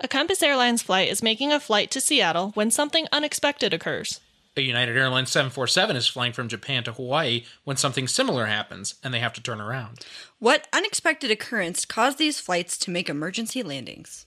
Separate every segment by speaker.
Speaker 1: A Compass Airlines flight is making a flight to Seattle when something unexpected occurs.
Speaker 2: A United Airlines 747 is flying from Japan to Hawaii when something similar happens and they have to turn around.
Speaker 3: What unexpected occurrence caused these flights to make emergency landings?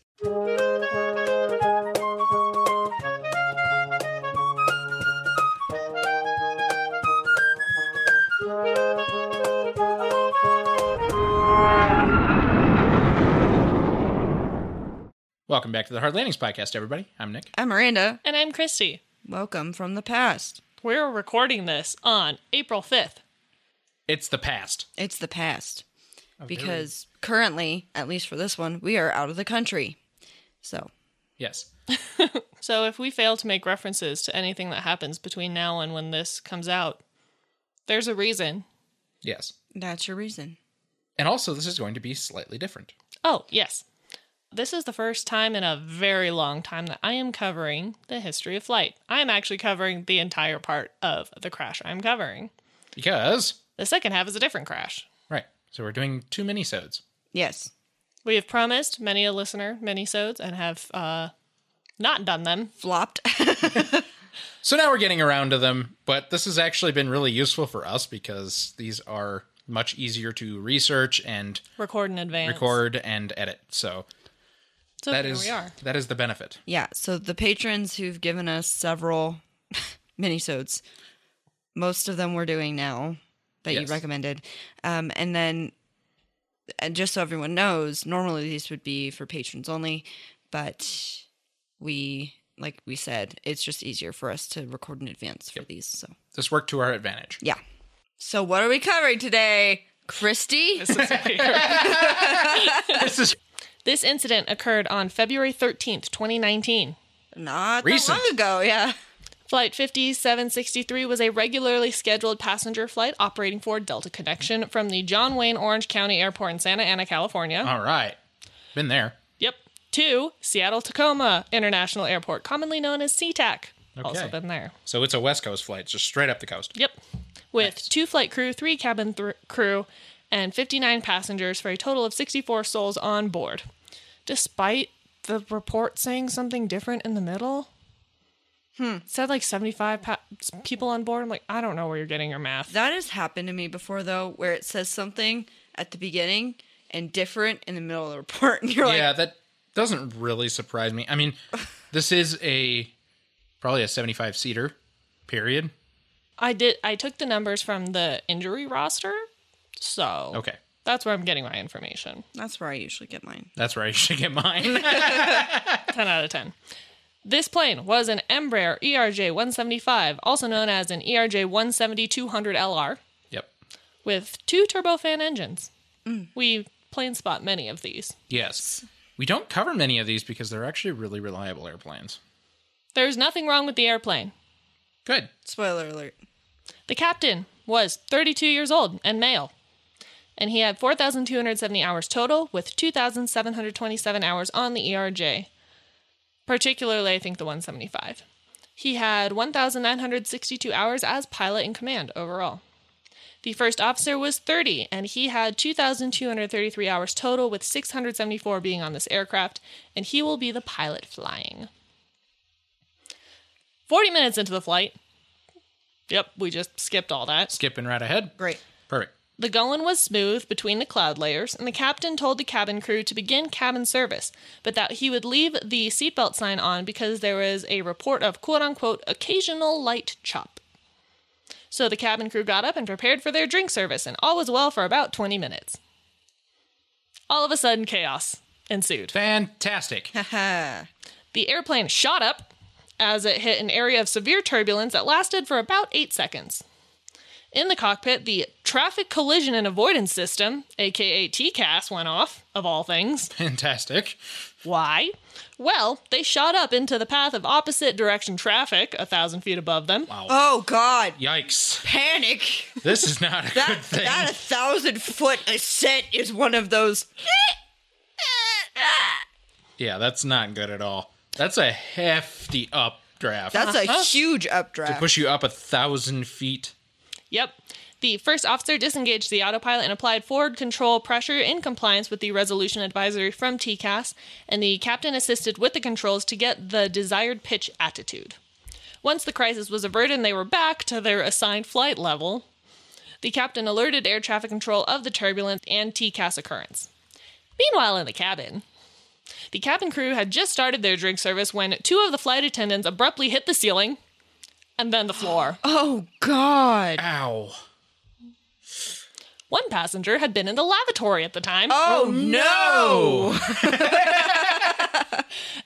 Speaker 2: Welcome back to the Hard Landings Podcast, everybody. I'm Nick.
Speaker 3: I'm Uh, Miranda.
Speaker 1: And I'm Christy.
Speaker 3: Welcome from the past.
Speaker 1: We're recording this on April 5th.
Speaker 2: It's the past.
Speaker 3: It's the past. Because currently, at least for this one, we are out of the country. So,
Speaker 2: Yes.
Speaker 1: So if we fail to make references to anything that happens between now and when this comes out, there's a reason.
Speaker 2: Yes.
Speaker 3: that's your reason.
Speaker 2: And also, this is going to be slightly different.
Speaker 1: Oh, yes. This is the first time in a very long time that I am covering the history of flight. I am actually covering the entire part of the crash I'm covering.
Speaker 2: Because,
Speaker 1: The second half is a different crash.
Speaker 2: right, so we're doing two mini-sodes.
Speaker 3: Yes.
Speaker 1: We have promised many a listener many sodes and have uh, not done them.
Speaker 3: Flopped.
Speaker 2: So now we're getting around to them, but this has actually been really useful for us because these are much easier to research and
Speaker 1: Record in advance.
Speaker 2: record and edit. So
Speaker 1: So
Speaker 2: that
Speaker 1: here
Speaker 2: is
Speaker 1: we are.
Speaker 2: that is the benefit.
Speaker 3: yeah. So, the patrons who've given us several minisodes, most of them we're doing now that
Speaker 2: Yes.
Speaker 3: you recommended. Um, and then, and just so everyone knows, normally these would be for patrons only, but we, like we said, it's just easier for us to record in advance for these. So,
Speaker 2: This worked to our advantage.
Speaker 3: Yeah. So what are we covering today, Christy?
Speaker 1: This is weird.
Speaker 2: this is
Speaker 1: This incident occurred on February 13th, 2019.
Speaker 3: Not
Speaker 2: Recent.
Speaker 3: that long ago, yeah.
Speaker 1: Flight 5763 was a regularly scheduled passenger flight operating for Delta Connection from the John Wayne Orange County Airport in Santa Ana, California.
Speaker 2: all right. Been there.
Speaker 1: Yep. To Seattle Tacoma International Airport, commonly known as SeaTac. Also
Speaker 2: Okay.
Speaker 1: been there.
Speaker 2: So it's a West Coast flight, it's just straight up the coast.
Speaker 1: Yep. With two flight crew, three cabin thr crew, and 59 passengers for a total of 64 souls on board. Despite the report saying something different in the middle, hmm. said like 75 pa- people on board. I'm like, I don't know where you're getting your math.
Speaker 3: That has happened to me before though, where it says something at the beginning and different in the middle of the report, and you're like,
Speaker 2: yeah, that doesn't really surprise me. I mean, this is a probably a 75 seater period.
Speaker 1: I did. I took the numbers from the injury roster, so
Speaker 2: Okay.
Speaker 1: that's where I'm getting my information.
Speaker 3: "That's where I usually get mine."
Speaker 2: That's where I should get mine.
Speaker 1: 10 out of 10. This plane was an Embraer E ERJ 175, also known as an E ERJ 170 200LR,
Speaker 2: yep.
Speaker 1: with two turbofan engines. We plane spot many of these.
Speaker 2: Yes. We don't cover many of these because they're actually really reliable airplanes.
Speaker 1: There's nothing wrong with the airplane.
Speaker 2: Good.
Speaker 3: Spoiler alert.
Speaker 1: The captain was 32 years old and male, and he had 4,270 hours total, with 2,727 hours on the ERJ, particularly, I think, the 175. He had 1,962 hours as pilot in command overall. The first officer was 30, and he had 2,233 hours total, with 674 being on this aircraft, and he will be the pilot flying. 40 minutes into the flight, yep, we just skipped all that.
Speaker 2: Skipping right ahead.
Speaker 3: Great.
Speaker 2: Perfect.
Speaker 1: The going was smooth between the cloud layers, and the captain told the cabin crew to begin cabin service, but that he would leave the seatbelt sign on because there was a report of quote unquote occasional light chop. So the cabin crew got up and prepared for their drink service, and all was well for about 20 minutes. All of a sudden, chaos ensued.
Speaker 2: Fantastic.
Speaker 3: Haha.
Speaker 1: The airplane shot up as it hit an area of severe turbulence that lasted for about eight seconds. In the cockpit, the traffic collision and avoidance system, aka TCAS, went off, of all things.
Speaker 2: Fantastic.
Speaker 1: Why? Well, they shot up into the path of opposite direction traffic, a thousand feet above them.
Speaker 3: oh God!
Speaker 2: Yikes.
Speaker 3: Panic.
Speaker 2: This is not a good
Speaker 3: That
Speaker 2: thing.
Speaker 3: that a thousand foot ascent is one of those.
Speaker 2: Yeah, that's not good at all. That's a hefty updraft.
Speaker 3: That's a huge
Speaker 2: to
Speaker 3: updraft.
Speaker 2: push you up a thousand feet.
Speaker 1: Yep. The first officer disengaged the autopilot and applied forward control pressure in compliance with the resolution advisory from TCAS, and the captain assisted with the controls to get the desired pitch attitude. Once the crisis was averted and they were back to their assigned flight level, the captain alerted air traffic control of the turbulence and TCAS occurrence. Meanwhile, in the cabin, the cabin crew had just started their drink service when two of the flight attendants abruptly hit the ceiling and then the floor.
Speaker 3: Oh God.
Speaker 2: Ow.
Speaker 1: One passenger had been in the lavatory at the time
Speaker 3: Oh,
Speaker 2: no!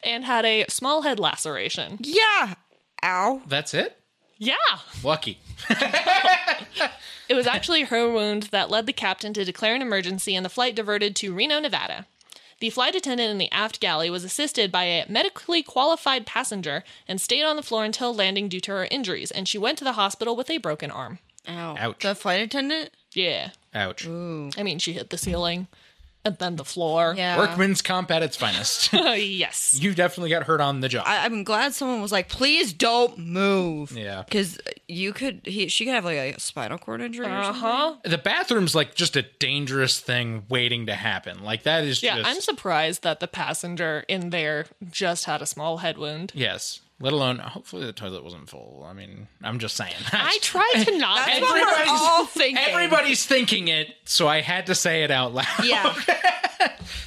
Speaker 1: and had a small head laceration.
Speaker 3: Yeah. Ow.
Speaker 2: That's it?
Speaker 1: Yeah.
Speaker 2: Lucky.
Speaker 1: It was actually her wound that led the captain to declare an emergency and the flight diverted to Reno, Nevada. The flight attendant in the aft galley was assisted by a medically qualified passenger and stayed on the floor until landing due to her injuries, and she went to the hospital with a broken arm.
Speaker 3: Ow.
Speaker 2: Ouch.
Speaker 3: The flight attendant.
Speaker 1: Yeah.
Speaker 2: Ouch.
Speaker 3: Ooh.
Speaker 1: I mean, she hit the ceiling and then the floor.
Speaker 3: Yeah.
Speaker 2: Workman's comp at its finest.
Speaker 1: yes.
Speaker 2: you definitely got hurt on the job.
Speaker 3: I, I'm glad someone was like, please don't move.
Speaker 2: Yeah.
Speaker 3: Because you could, he, she could have like a spinal cord injury or
Speaker 1: Uh
Speaker 3: something.
Speaker 1: huh.
Speaker 2: the bathroom's like just a dangerous thing waiting to happen. Like that is
Speaker 1: Yeah,
Speaker 2: just
Speaker 1: I'm surprised that the passenger in there just had a small head wound.
Speaker 2: yes. Let alone hopefully the toilet wasn't full. I mean, I'm just saying.
Speaker 1: I tried to not.
Speaker 3: That's what we're
Speaker 2: Everybody's-
Speaker 3: all thinking.
Speaker 2: Everybody's thinking it, so I had to say it out loud.
Speaker 3: Yeah.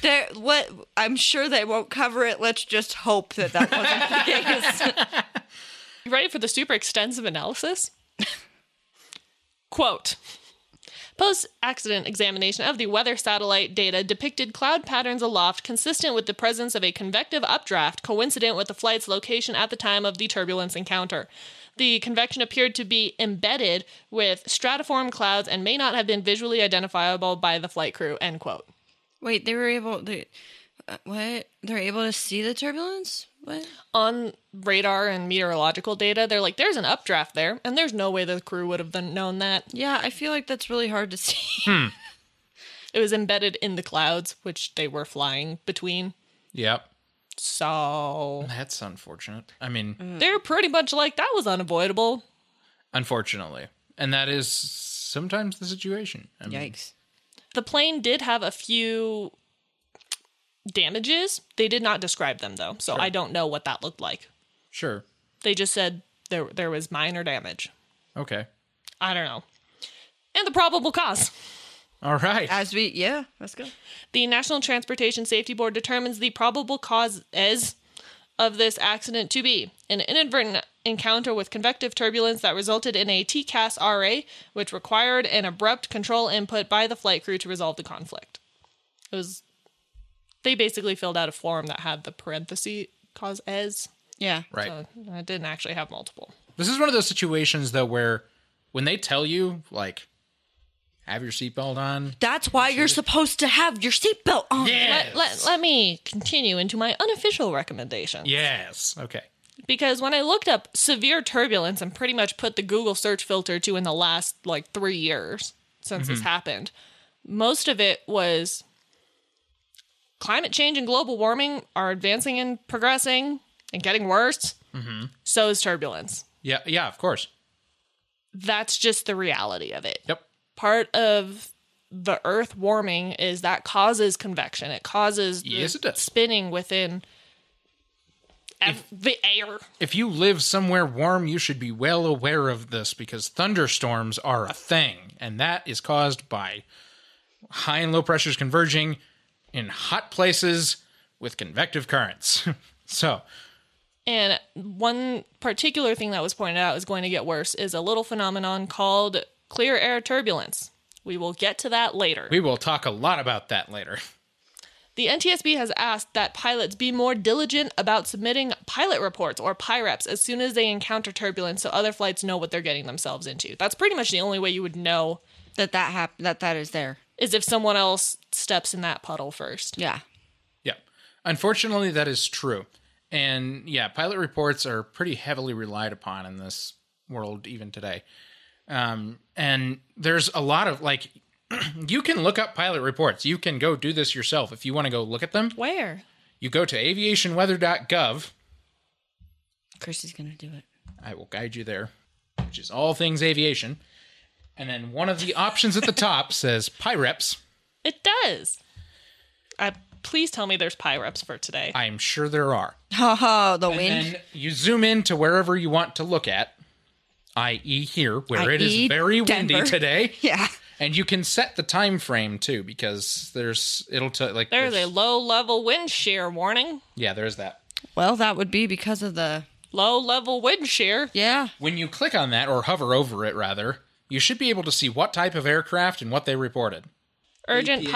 Speaker 3: There, what I'm sure they won't cover it. Let's just hope that that wasn't the case.
Speaker 1: You ready for the super extensive analysis? Quote Post accident examination of the weather satellite data depicted cloud patterns aloft consistent with the presence of a convective updraft coincident with the flight's location at the time of the turbulence encounter. The convection appeared to be embedded with stratiform clouds and may not have been visually identifiable by the flight crew. End quote.
Speaker 3: Wait, they were able. They, uh, what? They're able to see the turbulence. What?
Speaker 1: on radar and meteorological data, they're like, there's an updraft there, and there's no way the crew would have then known that.
Speaker 3: Yeah, I feel like that's really hard to see.
Speaker 1: It was embedded in the clouds, which they were flying between.
Speaker 2: Yep.
Speaker 1: So
Speaker 2: That's unfortunate. I mean,
Speaker 1: they're pretty much like, that was unavoidable.
Speaker 2: unfortunately. And that is sometimes the situation. I mean,
Speaker 3: Yikes.
Speaker 1: The plane did have a few damages. They did not describe them, though, so I don't know what that looked like.
Speaker 2: Sure.
Speaker 1: They just said there, there was minor damage.
Speaker 2: Okay.
Speaker 1: I don't know. And the probable cause.
Speaker 2: All right.
Speaker 3: As we, yeah, let's go.
Speaker 1: The National Transportation Safety Board determines the probable causes of this accident to be an inadvertent encounter with convective turbulence that resulted in a TCAS RA, which required an abrupt control input by the flight crew to resolve the conflict. It was they basically filled out a form that had the parentheses cause as.
Speaker 3: Yeah.
Speaker 2: right.
Speaker 1: So it didn't actually have multiple.
Speaker 2: This is one of those situations though where when they tell you like have your seatbelt on.
Speaker 3: That's why you're supposed to have your seatbelt on.
Speaker 1: Let, let, let me continue into my unofficial recommendation.
Speaker 2: yes. Okay.
Speaker 1: because when I looked up severe turbulence and pretty much put the Google search filter to in the last like three years since this
Speaker 2: Mm-hmm.
Speaker 1: happened, most of it was climate change and global warming are advancing and progressing and getting worse.
Speaker 2: Mm-hmm.
Speaker 1: So is turbulence.
Speaker 2: Yeah, yeah, of course.
Speaker 1: That's just the reality of it.
Speaker 2: Yep.
Speaker 1: Part of the earth warming is that causes convection. It causes the
Speaker 2: Yes, it does.
Speaker 1: spinning within ev- the air.
Speaker 2: If you live somewhere warm, you should be well aware of this because thunderstorms are a thing, and that is caused by high and low pressures converging in hot places with convective currents. so,
Speaker 1: And one particular thing that was pointed out is going to get worse is a little phenomenon called clear air turbulence. We will get to that later.
Speaker 2: we will talk a lot about that later.
Speaker 1: the NTSB has asked that pilots be more diligent about submitting pilot reports or PIREPs as soon as they encounter turbulence so other flights know what they're getting themselves into. That's pretty much the only way you would know
Speaker 3: That that hap- That that is there.
Speaker 1: is if someone else steps in that puddle first.
Speaker 3: Yeah.
Speaker 2: Yeah. Unfortunately, that is true. And yeah, pilot reports are pretty heavily relied upon in this world even today. Um, and there's a lot of like, you can look up pilot reports. You can go do this yourself if you want to go look at them.
Speaker 1: Where?
Speaker 2: You go to aviationweather.gov.
Speaker 3: Chrissy's gonna do it.
Speaker 2: I will guide you there, which is all things aviation. And then one of the options at the top says PyReps.
Speaker 1: It does. I, please tell me there's pyreps for today.
Speaker 2: I'm sure there are.
Speaker 3: Oh, the
Speaker 2: And
Speaker 3: wind.
Speaker 2: then you zoom in to wherever you want to look at, i.e., here, where it
Speaker 1: E
Speaker 3: i.e.
Speaker 2: is very windy
Speaker 3: Denver.
Speaker 2: today.
Speaker 3: Yeah.
Speaker 2: And you can set the time frame too, because there's it'll t- like
Speaker 1: There's a
Speaker 2: there's-
Speaker 1: low level wind shear warning.
Speaker 2: yeah, there's that.
Speaker 3: Well, that would be because of the
Speaker 1: Low level wind shear.
Speaker 3: yeah.
Speaker 2: When you click on that or hover over it, rather, you should be able to see what type of aircraft and what they reported.
Speaker 1: Urgent
Speaker 2: APA.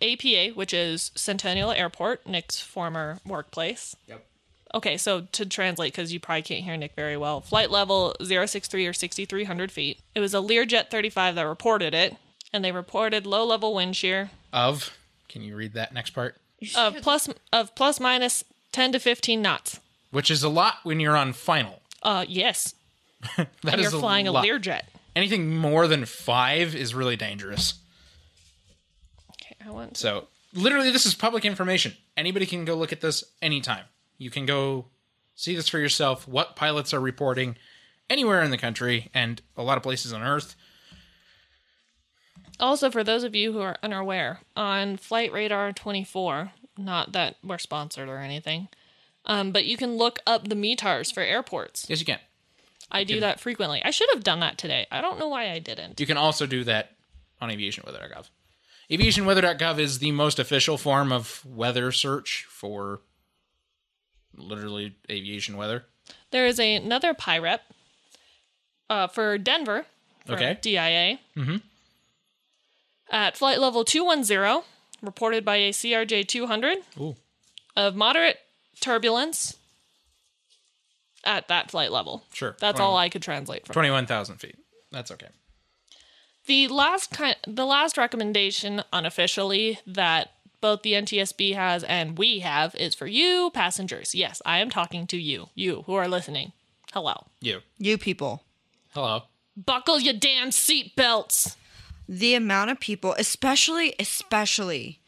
Speaker 1: pyrep APA, which is Centennial Airport, Nick's former workplace.
Speaker 2: Yep.
Speaker 1: Okay, so to translate, because you probably can't hear Nick very well, flight level 063 or 6,300 feet. It was a Learjet 35 that reported it, and they reported low level wind shear
Speaker 2: Of, can you read that next part?
Speaker 1: of plus of plus minus 10 to 15 knots.
Speaker 2: Which is a lot when you're on final.
Speaker 1: Uh, yes,
Speaker 2: That
Speaker 1: and you're
Speaker 2: is
Speaker 1: flying a
Speaker 2: lot.
Speaker 1: Learjet.
Speaker 2: Anything more than five is really dangerous.
Speaker 1: Okay, I want
Speaker 2: So literally, this is public information. Anybody can go look at this anytime. You can go see this for yourself. What pilots are reporting anywhere in the country and a lot of places on Earth.
Speaker 1: Also, for those of you who are unaware, on Flight Radar 24, not that we're sponsored or anything, um, but you can look up the METARs for airports.
Speaker 2: Yes, you can.
Speaker 1: I do that frequently. I should have done that today. I don't know why I didn't.
Speaker 2: You can also do that on aviationweather.gov. Aviationweather.gov is the most official form of weather search for literally aviation weather.
Speaker 1: There is a, another PIREP uh, for Denver, for
Speaker 2: Okay.
Speaker 1: DIA, mm-hmm. at flight level 210, reported by a CRJ 200
Speaker 2: Ooh.
Speaker 1: of moderate turbulence at that flight level.
Speaker 2: Sure.
Speaker 1: That's all I could translate from.
Speaker 2: 21,000 feet. That's okay.
Speaker 1: The last kind, the last recommendation unofficially that both the NTSB has and we have is for you passengers. Yes, I am talking to you, you who are listening. Hello.
Speaker 2: You.
Speaker 3: You people.
Speaker 2: Hello.
Speaker 1: Buckle your damn seatbelts.
Speaker 3: The amount of people, especially especially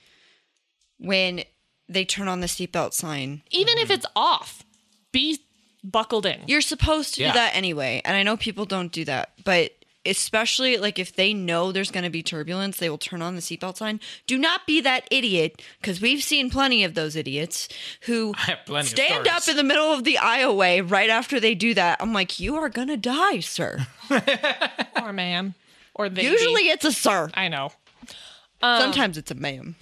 Speaker 3: when they turn on the seatbelt sign.
Speaker 1: Even if it's off, be buckled in.
Speaker 3: You're supposed to
Speaker 2: Yeah.
Speaker 3: do that anyway, and I know people don't do that, but especially like if they know there's going to be turbulence, they will turn on the seatbelt sign. Do not be that idiot because we've seen plenty of those idiots who
Speaker 2: I have plenty of
Speaker 3: stand
Speaker 2: stories.
Speaker 3: up in the middle of the aisle way right after they do that. I'm like, you are going to die, sir.
Speaker 1: or ma'am. Or they.
Speaker 3: Usually it's a sir.
Speaker 1: I know.
Speaker 2: Um,
Speaker 3: Sometimes it's a ma'am.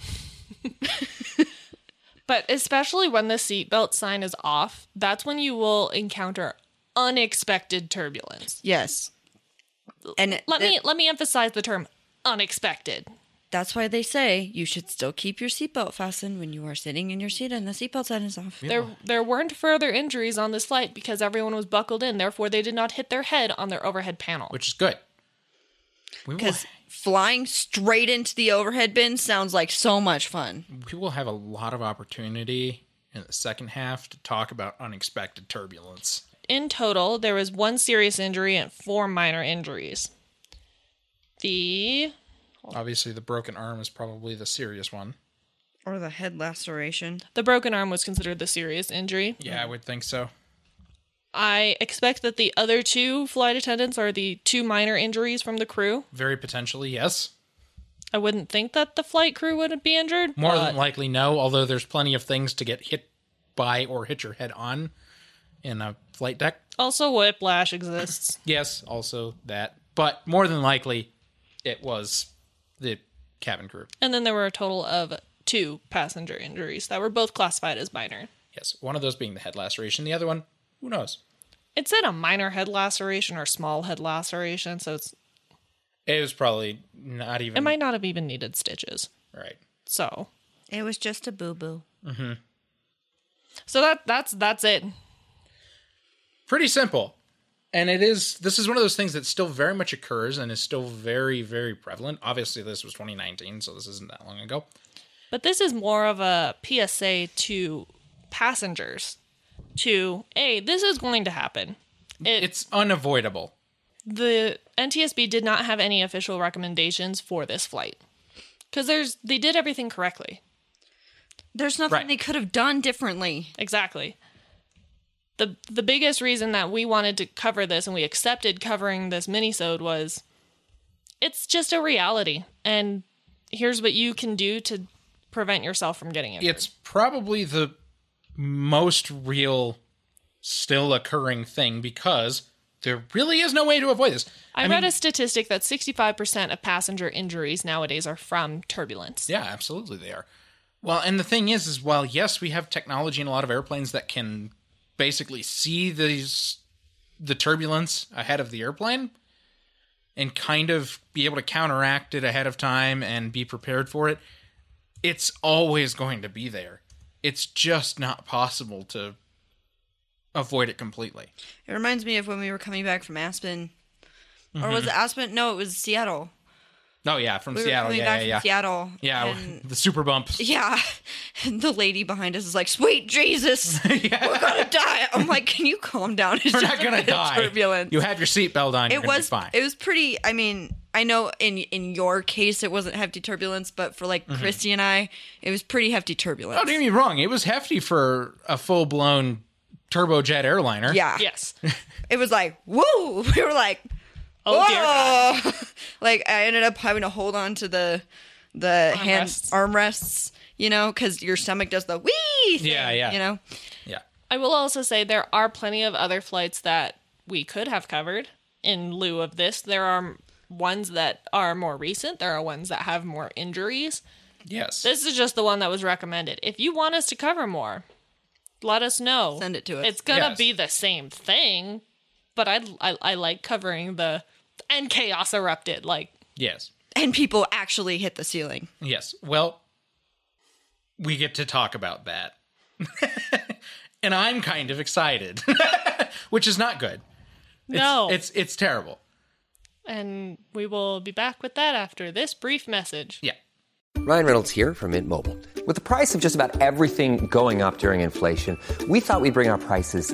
Speaker 1: But especially when the seatbelt sign is off, that's when you will encounter unexpected turbulence.
Speaker 3: Yes. And
Speaker 1: Let
Speaker 3: th-
Speaker 1: me let me emphasize the term unexpected.
Speaker 3: that's why they say you should still keep your seatbelt fastened when you are sitting in your seat and the seatbelt sign is off.
Speaker 1: There, there weren't further injuries on this flight because everyone was buckled in. Therefore, they did not hit their head on their overhead panel.
Speaker 2: Which is good. We will
Speaker 3: because flying straight into the overhead bin sounds like so much fun.
Speaker 2: we will have a lot of opportunity in the second half to talk about unexpected turbulence.
Speaker 1: in total, there was one serious injury and four minor injuries. The
Speaker 2: Obviously, the broken arm is probably the serious one.
Speaker 3: Or the head laceration.
Speaker 1: the broken arm was considered the serious injury.
Speaker 2: Yeah, I would think so.
Speaker 1: I expect that the other two flight attendants are the two minor injuries from the crew.
Speaker 2: Very potentially, yes.
Speaker 1: I wouldn't think that the flight crew would be injured.
Speaker 2: More
Speaker 1: but
Speaker 2: than likely, no, although there's plenty of things to get hit by or hit your head on in a flight deck.
Speaker 1: also whiplash exists.
Speaker 2: Yes, also that. But more than likely, it was the cabin crew.
Speaker 1: And then there were a total of two passenger injuries that were both classified as minor.
Speaker 2: Yes, one of those being the head laceration, the other one, who knows?
Speaker 1: It said a minor head laceration or small head laceration, so it's,
Speaker 2: It was probably not even
Speaker 1: it might not have even needed stitches.
Speaker 2: right.
Speaker 1: So,
Speaker 3: It was just a boo boo.
Speaker 1: so that that's that's it.
Speaker 2: pretty simple and it is this is one of those things that still very much occurs and is still very very prevalent obviously this was 2019 so this isn't that long ago
Speaker 1: But this is more of a PSA to passengers to a this is going to happen. It,
Speaker 2: it's unavoidable
Speaker 1: the NTSB did not have any official recommendations for this flight because there's they did everything correctly.
Speaker 3: There's nothing
Speaker 2: Right.
Speaker 3: they could have done differently.
Speaker 1: Exactly. The the biggest reason that we wanted to cover this and we accepted covering this minisode was it's just a reality. And here's what you can do to prevent yourself from getting injured.
Speaker 2: It's probably the most real, still occurring thing because there really is no way to avoid this.
Speaker 1: I, read a statistic that 65% of passenger injuries nowadays are from turbulence.
Speaker 2: Yeah, absolutely they are. Well, and the thing is, is while yes, we have technology in a lot of airplanes that can basically see these the turbulence ahead of the airplane and kind of be able to counteract it ahead of time and be prepared for it, it's always going to be there. It's just not possible to avoid it completely.
Speaker 3: It reminds me of when we were coming back from Aspen. Or was it Aspen? No, it was Seattle.
Speaker 2: Oh yeah, from
Speaker 3: We were
Speaker 2: Mm-hmm. Seattle.
Speaker 3: coming
Speaker 2: Yeah,
Speaker 3: back
Speaker 2: yeah, yeah.
Speaker 3: from Seattle.
Speaker 2: Yeah,
Speaker 3: and-
Speaker 2: the super bumps.
Speaker 3: yeah. And the lady behind us is like, sweet Jesus,
Speaker 2: yeah.
Speaker 3: we're going to die. I'm like, can you calm down? It's
Speaker 2: We're
Speaker 3: just
Speaker 2: not
Speaker 3: a
Speaker 2: gonna
Speaker 3: bit of
Speaker 2: die.
Speaker 3: Turbulence.
Speaker 2: You have your seatbelt on.
Speaker 3: it was
Speaker 2: fine.
Speaker 3: it was pretty i mean i know in in your case it wasn't hefty turbulence but for
Speaker 2: Mm-hmm.
Speaker 3: like christy and i it was pretty hefty turbulence
Speaker 2: Don't get me wrong. It was hefty for a full blown turbojet airliner.
Speaker 3: yeah
Speaker 1: Yes.
Speaker 3: it was like whoa we were like
Speaker 1: Oh, dear
Speaker 3: oh like i ended up having to hold on to the the hand
Speaker 1: Armrests.
Speaker 3: armrests you know because your stomach does the wee thing,
Speaker 2: Yeah, yeah.
Speaker 3: you know
Speaker 2: yeah.
Speaker 1: I will also say there are plenty of other flights that we could have covered in lieu of this. There are ones that are more recent, there are ones that have more injuries.
Speaker 2: Yes.
Speaker 1: This is just the one that was recommended. If you want us to cover more, let us know.
Speaker 3: Send it to us.
Speaker 1: It's gonna
Speaker 2: Yes.
Speaker 1: be the same thing, but I, I I like covering the and chaos erupted. Like
Speaker 2: yes.
Speaker 3: and people actually hit the ceiling
Speaker 2: Yes. Well, we get to talk about that. and I'm kind of excited, which is not good. It's,
Speaker 1: no,
Speaker 2: It's it's terrible.
Speaker 1: and we will be back with that after this brief message.
Speaker 2: Yeah.
Speaker 4: Ryan Reynolds here from Mint Mobile. With the price of just about everything going up during inflation, we thought we'd bring our prices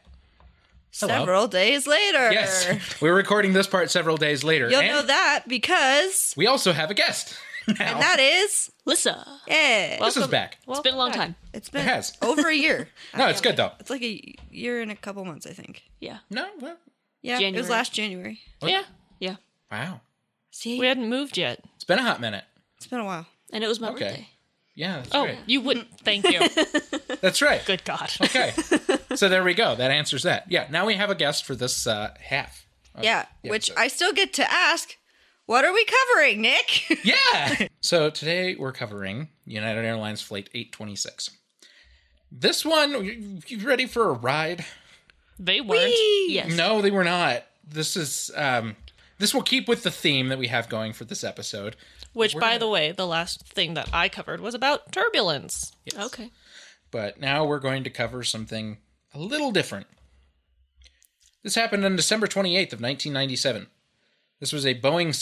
Speaker 2: Hello.
Speaker 3: several days later
Speaker 2: Yes. We're recording this part several days later.
Speaker 3: you'll
Speaker 2: and
Speaker 3: know that because
Speaker 2: We also have a guest. Now.
Speaker 3: and that is
Speaker 1: Lissa,
Speaker 3: yeah
Speaker 2: this is back.
Speaker 1: it's been a long time.
Speaker 3: It's been
Speaker 2: has.
Speaker 3: over a year.
Speaker 2: No, it's good though.
Speaker 3: It's like a year and a couple months, I think.
Speaker 5: Yeah.
Speaker 2: No, well,
Speaker 3: Yeah, it was
Speaker 5: January.
Speaker 3: last January.
Speaker 1: Yeah,
Speaker 5: Yeah.
Speaker 2: wow.
Speaker 3: See,
Speaker 1: we hadn't moved yet.
Speaker 2: It's been a hot minute.
Speaker 3: it's been a while.
Speaker 5: And it was my
Speaker 2: Okay.
Speaker 5: birthday.
Speaker 2: Yeah, that's
Speaker 1: Oh,
Speaker 2: right.
Speaker 1: you would. Thank you.
Speaker 2: That's right.
Speaker 1: Good God.
Speaker 2: Okay. so there we go. That answers that. Yeah. Now we have a guest for this uh, half.
Speaker 3: yeah, which
Speaker 2: so-
Speaker 3: I still get to ask, what are we covering, Nick?
Speaker 2: Yeah. so today we're covering United Airlines Flight 826. This one, you, you ready for a ride?
Speaker 1: They weren't.
Speaker 5: Yes.
Speaker 2: No, they were not. This is um, this will keep with the theme that we have going for this episode.
Speaker 1: Which, by the way, the last thing that I covered was about turbulence.
Speaker 5: Okay.
Speaker 2: but now we're going to cover something a little different. This happened on December 28th of 1997. This was a Boeing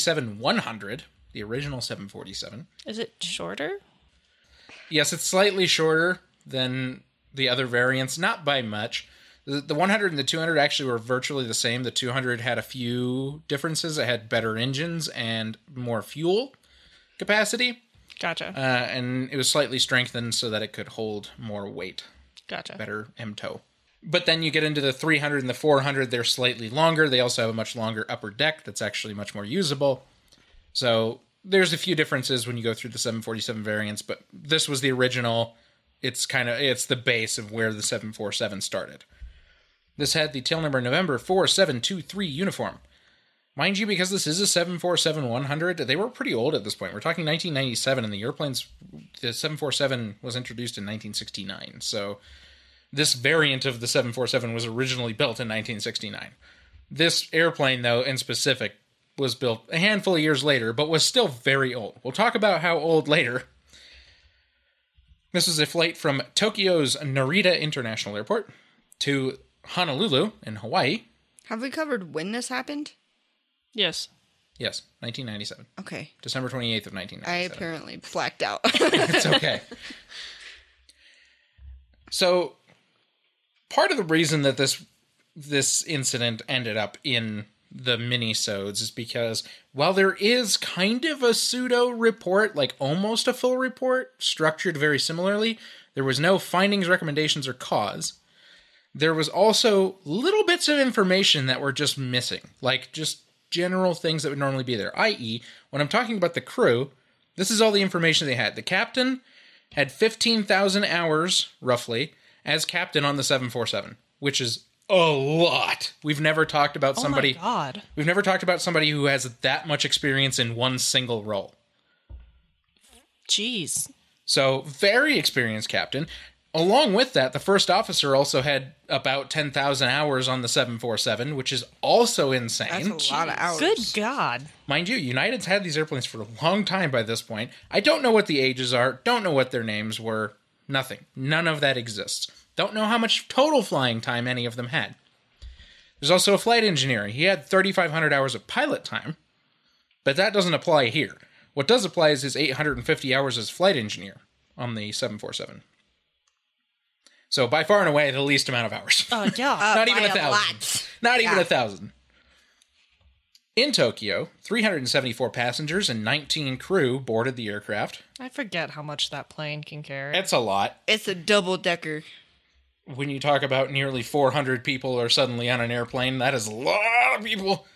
Speaker 2: 747-100, the original 747.
Speaker 1: Is it shorter?
Speaker 2: Yes, it's slightly shorter than the other variants, not by much. The the 100 and the 200 actually were virtually the same. The 200 had a few differences. It had better engines and more fuel capacity,
Speaker 1: Gotcha.
Speaker 2: uh, and it was slightly strengthened so that it could hold more weight.
Speaker 1: gotcha.
Speaker 2: better MTO. But then you get into the 300 and the 400, they're slightly longer. They also have a much longer upper deck that's actually much more usable. So there's a few differences when you go through the 747 variants, but this was the original. It's kind of it's the base of where the 747 started. This had the tail number November 4723 uniform. Mind you, because this is a 747 100, they were pretty old at this point. We're talking 1997, and the airplanes, the 747 was introduced in 1969. So this variant of the 747 was originally built in 1969. This airplane, though, in specific, was built a handful of years later, but was still very old. We'll talk about how old later. This was a flight from Tokyo's Narita International Airport to Honolulu in Hawaii.
Speaker 3: Have we covered when this happened?
Speaker 1: Yes.
Speaker 2: Yes, 1997,
Speaker 3: Okay,
Speaker 2: December 28th of 1997.
Speaker 3: I apparently blacked out.
Speaker 2: it's okay. So part of the reason that this this incident ended up in the mini sodes is because while there is kind of a pseudo report, like almost a full report, structured very similarly, there was no findings, recommendations, or cause. There was also little bits of information that were just missing, like just general things that would normally be there. I.e., when I'm talking about the crew, this is all the information they had. The captain had 15,000 hours, roughly, as captain on the 747, which is a lot. We've never talked about somebody.
Speaker 1: Oh my god.
Speaker 2: We've never talked about somebody who has that much experience in one single role.
Speaker 1: Jeez.
Speaker 2: So, very experienced captain. Along with that, the first officer also had about 10,000 hours on the 747, which is also insane.
Speaker 3: That's a lot of
Speaker 2: Oh,
Speaker 3: hours.
Speaker 1: Good god.
Speaker 2: Mind you, United's had these airplanes for a long time by this point. I don't know what the ages are, don't know what their names were, nothing. None of that exists. Don't know how much total flying time any of them had. There's also a flight engineer. He had 3,500 hours of pilot time, but that doesn't apply here. What does apply is his 850 hours as flight engineer on the 747. So by far and away the least amount of hours.
Speaker 1: Oh yeah.
Speaker 2: Not even
Speaker 3: by
Speaker 2: a
Speaker 3: a
Speaker 2: thousand.
Speaker 3: lot.
Speaker 2: Not even
Speaker 3: Yeah.
Speaker 2: a thousand. In Tokyo, 374 passengers and 19 crew boarded the aircraft.
Speaker 1: I forget how much that plane can carry.
Speaker 2: That's a lot.
Speaker 3: It's a double decker.
Speaker 2: When you talk about nearly 400 people are suddenly on an airplane, that is a lot of people.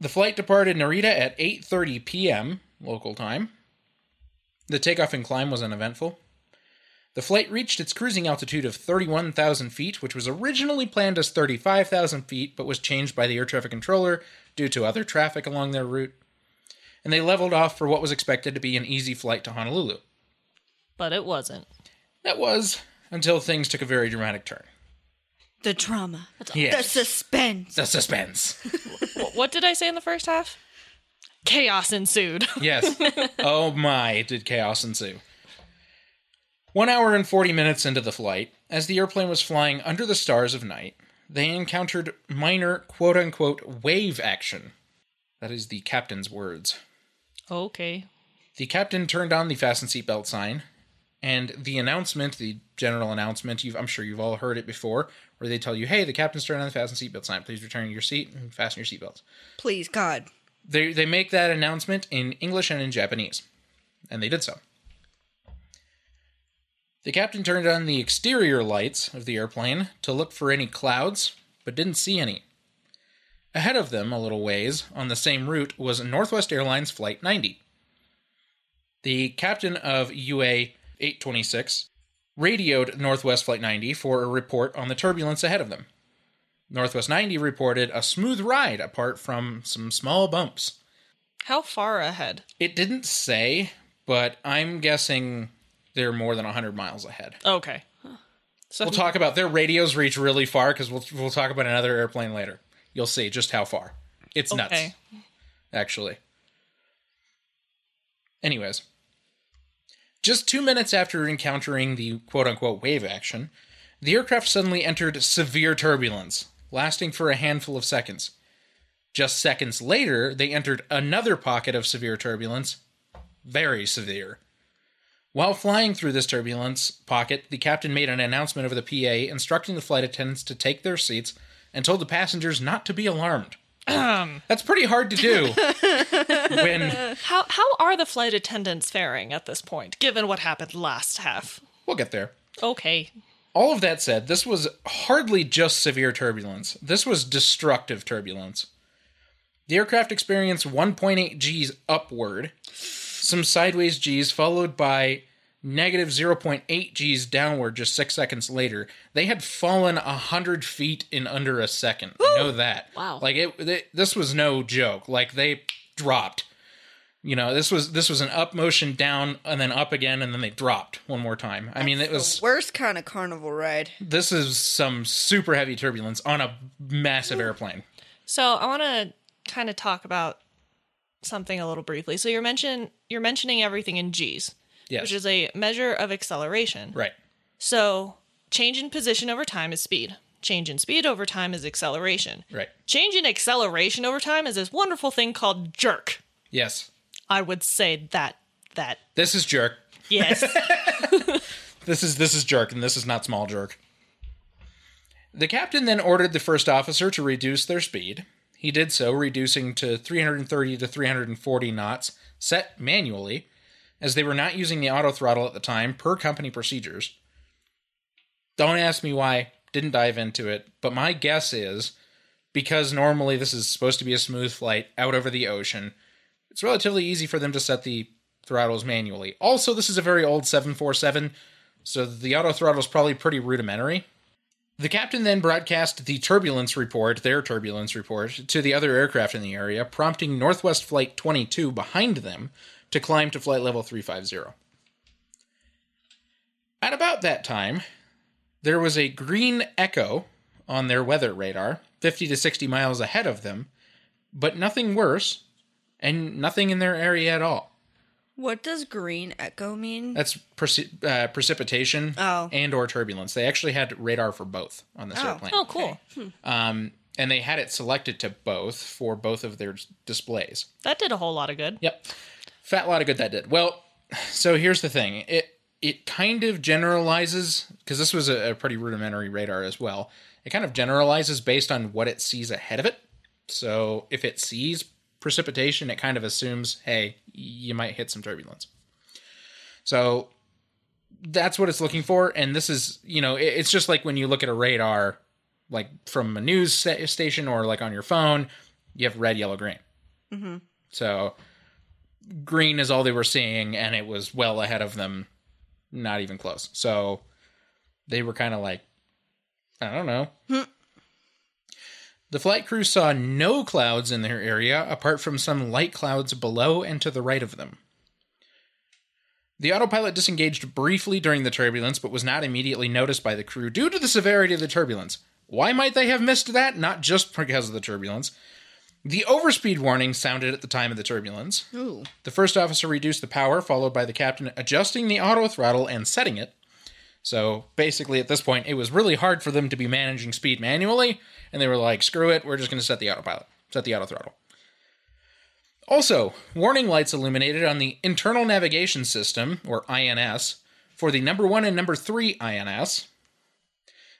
Speaker 2: The flight departed Narita at 8:30 p.m. local time. The takeoff and climb was uneventful. The flight reached its cruising altitude of 31,000 feet, which was originally planned as 35,000 feet, but was changed by the air traffic controller due to other traffic along their route. And they leveled off for what was expected to be an easy flight to Honolulu.
Speaker 1: But it wasn't.
Speaker 2: That was until things took a very dramatic turn.
Speaker 3: The drama. The
Speaker 2: Yes.
Speaker 3: suspense.
Speaker 2: The suspense.
Speaker 1: Wh- What did I say in the first half? Chaos ensued.
Speaker 2: Yes. oh my, did chaos ensue. One hour and 40 minutes into the flight, as the airplane was flying under the stars of night, they encountered minor quote unquote wave action. That is the captain's words.
Speaker 1: okay.
Speaker 2: The captain turned on the fasten seatbelt sign, and the announcement, the general announcement, you've, I'm sure you've all heard it before, where they tell you, hey, the captain's turned on the fasten seatbelt sign. Please return to your seat and fasten your seatbelts.
Speaker 3: Please, God.
Speaker 2: They they make that announcement in English and in Japanese, and they did so. The captain turned on the exterior lights of the airplane to look for any clouds, but didn't see any. Ahead of them, a little ways, on the same route, was Northwest Airlines Flight 90. The captain of UA 826 radioed Northwest Flight 90 for a report on the turbulence ahead of them. Northwest 90 reported a smooth ride apart from some small bumps.
Speaker 1: How far ahead?
Speaker 2: It didn't say, but I'm guessing they're more than 100 miles ahead.
Speaker 1: Okay. So
Speaker 2: We'll talk about their radios reach really far because we'll, we'll talk about another airplane later. You'll see just how far. It's nuts,
Speaker 1: Okay.
Speaker 2: actually. Anyways, just two minutes after encountering the quote unquote wave action, the aircraft suddenly entered severe turbulence, lasting for a handful of seconds. Just seconds later, they entered another pocket of severe turbulence, very severe. While flying through this turbulence pocket, the captain made an announcement over the PA instructing the flight attendants to take their seats and told the passengers not to be alarmed. That's pretty hard to do when
Speaker 1: How how are the flight attendants faring at this point, given what happened last half?
Speaker 2: we'll get there.
Speaker 1: Okay.
Speaker 2: All of that said, this was hardly just severe turbulence. This was destructive turbulence. The aircraft experienced 1.8 G's upward, some sideways G's, followed by negative 0.8 G's downward just six seconds later. They had fallen 100 feet in under a second. I know that.
Speaker 1: Wow.
Speaker 2: Like, it, th- this was no joke. Like, they dropped. You know, this was this was an up motion down and then up again and then they dropped one more time. I mean, it was
Speaker 3: Worst kind of carnival ride.
Speaker 2: this is some super heavy turbulence on a massive airplane.
Speaker 1: So I want to kind of talk about something a little briefly. So you're mention you're mentioning everything in G's,
Speaker 2: Yes.
Speaker 1: which is a measure of acceleration.
Speaker 2: right.
Speaker 1: So change in position over time is speed. Change in speed over time is acceleration.
Speaker 2: Right.
Speaker 1: Change in acceleration over time is this wonderful thing called jerk.
Speaker 2: Yes.
Speaker 1: I would say that that
Speaker 2: This is jerk.
Speaker 1: yes.
Speaker 2: This is this is jerk, and this is not small jerk. The captain then ordered the first officer to reduce their speed. He did so, reducing to 330 to 340 knots, set manually, as they were not using the auto throttle at the time per company procedures. Don't ask me why, didn't dive into it, but my guess is because normally this is supposed to be a smooth flight out over the ocean, it's relatively easy for them to set the throttles manually. Also, this is a very old 747, so the auto throttle is probably pretty rudimentary. The captain then broadcast the turbulence report, their turbulence report, to the other aircraft in the area, prompting Northwest Flight 22 behind them to climb to flight level 350. At about that time, there was a green echo on their weather radar, 50 to 60 miles ahead of them, but nothing worse and nothing in their area at all.
Speaker 3: What does green echo mean?
Speaker 2: That's preci- uh, precipitation
Speaker 3: Oh.
Speaker 2: and or turbulence. They actually had radar for both on this
Speaker 3: Oh.
Speaker 2: airplane.
Speaker 1: Oh, cool.
Speaker 2: Um, and they had it selected to both for both of their s- displays.
Speaker 1: That did a whole lot of good.
Speaker 2: Yep. Fat lot of good that did. Well, so here's the thing. It it kind of generalizes because this was a, a pretty rudimentary radar as well. It kind of generalizes based on what it sees ahead of it. So if it sees precipitation, it kind of assumes, hey, you might hit some turbulence. So that's what it's looking for. And this is, you know, it- it's just like when you look at a radar, like from a news sta- station or like on your phone, you have red, yellow, green. So green is all they were seeing, and it was well ahead of them, not even close. So they were kind of like, I don't know. the flight crew saw no clouds in their area apart from some light clouds below and to the right of them. The autopilot disengaged briefly during the turbulence, but was not immediately noticed by the crew due to the severity of the turbulence. Why might they have missed that? Not just because of the turbulence. The overspeed warning sounded at the time of the turbulence.
Speaker 3: Ooh.
Speaker 2: The first officer reduced the power, followed by the captain adjusting the auto throttle and setting it. So basically, at this point, it was really hard for them to be managing speed manually, and they were like, screw it, we're just going to set the autopilot, set the auto throttle. Also, warning lights illuminated on the Internal Navigation System, or INS, for the number one and number three INS.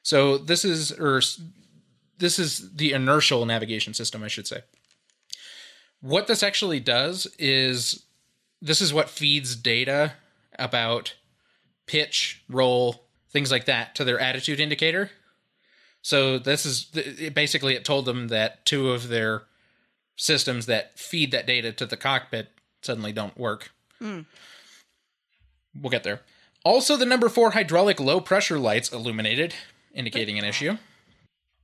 Speaker 2: So this is, or s- this is the inertial navigation system, I should say what this actually does is this is what feeds data about pitch, roll, things like that to their attitude indicator. So this is it basically it told them that two of their systems that feed that data to the cockpit suddenly don't work. We'll get there. Also, the number four hydraulic low pressure lights illuminated, indicating an issue.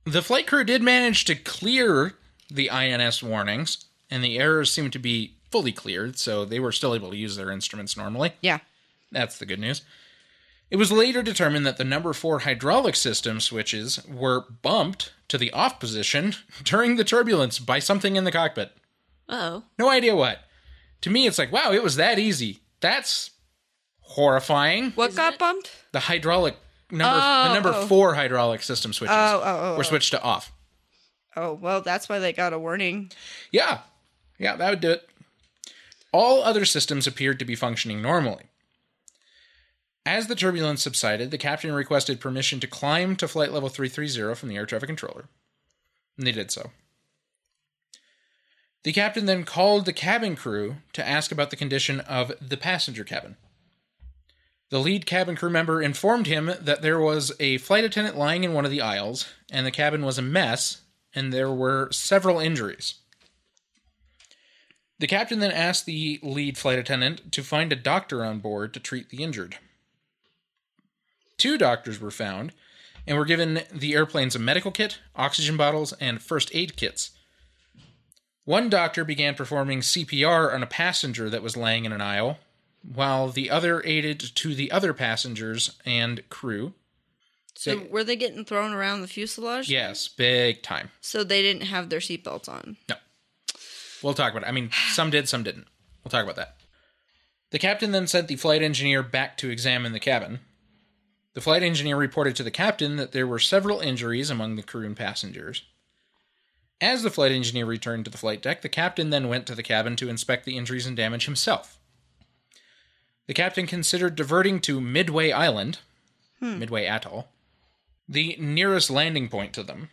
Speaker 2: The flight crew did manage to clear the INS warnings, and the errors seemed to be fully cleared, so they were still able to use their instruments normally.
Speaker 3: Yeah.
Speaker 2: That's the good news. It was later determined that the number four hydraulic system switches were bumped to the off position during the turbulence by something in the cockpit.
Speaker 5: Oh.
Speaker 2: No idea what. To me, it's like, wow, it was that easy. That's horrifying.
Speaker 3: What got bumped?
Speaker 2: The hydraulic number, the number four hydraulic system switches
Speaker 3: Oh, oh, oh,
Speaker 2: were switched to off.
Speaker 3: Oh, well, that's why they got a warning.
Speaker 2: Yeah. Yeah, that would do it. All other systems appeared to be functioning normally. As the turbulence subsided, the captain requested permission to climb to flight level 330 from the air traffic controller. And they did so. The captain then called the cabin crew to ask about the condition of the passenger cabin. The lead cabin crew member informed him that there was a flight attendant lying in one of the aisles, and the cabin was a mess, and there were several injuries. The captain then asked the lead flight attendant to find a doctor on board to treat the injured. Two doctors were found and were given the airplanes a medical kit, oxygen bottles, and first aid kits. One doctor began performing CPR on a passenger that was laying in an aisle, while the other aided to the other passengers and crew.
Speaker 3: So
Speaker 2: They-
Speaker 3: were they getting thrown around the fuselage?
Speaker 2: yes, big time.
Speaker 3: So they didn't have their seatbelts on.
Speaker 2: No. We'll talk about it. I mean, some did, some didn't. We'll talk about that. The captain then sent the flight engineer back to examine the cabin. The flight engineer reported to the captain that there were several injuries among the crew and passengers. As the flight engineer returned to the flight deck, the captain then went to the cabin to inspect the injuries and damage himself. The captain considered diverting to Midway Island, Midway Atoll, the nearest landing point to them.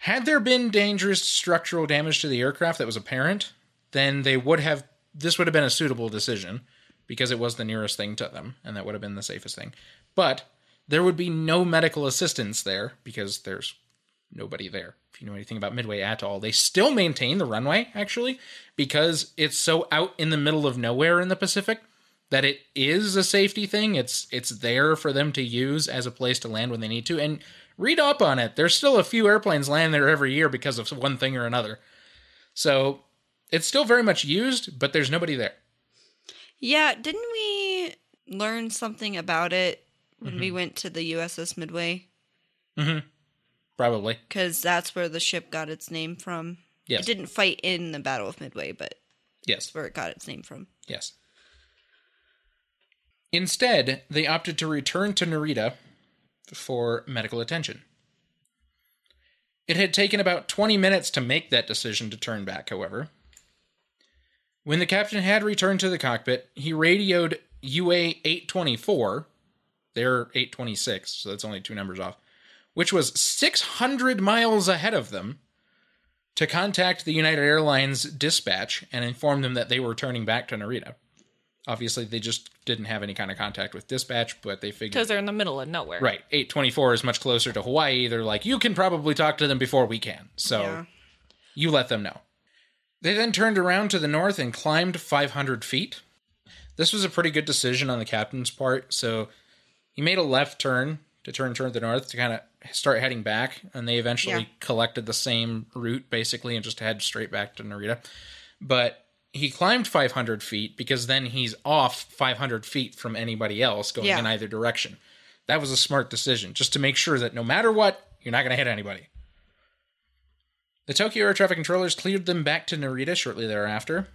Speaker 2: Had there been dangerous structural damage to the aircraft that was apparent, then they would have this would have been a suitable decision because it was the nearest thing to them and that would have been the safest thing. But there would be no medical assistance there because there's nobody there. If you know anything about Midway Atoll, they still maintain the runway actually because it's so out in the middle of nowhere in the Pacific that it is a safety thing. It's it's there for them to use as a place to land when they need to. And read up on it. There's still a few airplanes land there every year because of one thing or another. So it's still very much used, but there's nobody there.
Speaker 3: Yeah, didn't we learn something about it when
Speaker 2: Mm-hmm.
Speaker 3: we went to the USS Midway?
Speaker 2: Probably.
Speaker 3: Because that's where the ship got its name from.
Speaker 2: Yes.
Speaker 3: It didn't fight in the Battle of Midway, but
Speaker 2: Yes.
Speaker 3: that's where it got its name from.
Speaker 2: Yes. Instead, they opted to return to Narita for medical attention. It had taken about 20 minutes to make that decision to turn back, however. When the captain had returned to the cockpit, he radioed UA 824, they're 826, so that's only two numbers off, which was 600 miles ahead of them to contact the United Airlines dispatch and inform them that they were turning back to Narita. Obviously, they just didn't have any kind of contact with dispatch, but they
Speaker 1: because
Speaker 2: figured
Speaker 1: they're in the middle of nowhere.
Speaker 2: right, 824 is much closer to Hawaii. They're like, you can probably talk to them before we can. So
Speaker 3: Yeah.
Speaker 2: you let them know. They then turned around to the north and climbed 500 feet. This was a pretty good decision on the captain's part. So he made a left turn to turn toward the north to kind of start heading back. And they eventually
Speaker 3: Yeah.
Speaker 2: collected the same route basically and just head straight back to Narita. But he climbed 500 feet because then he's off 500 feet from anybody else going
Speaker 3: Yeah.
Speaker 2: in either direction. That was a smart decision just to make sure that no matter what, you're not going to hit anybody. The Tokyo air traffic controllers cleared them back to Narita shortly thereafter.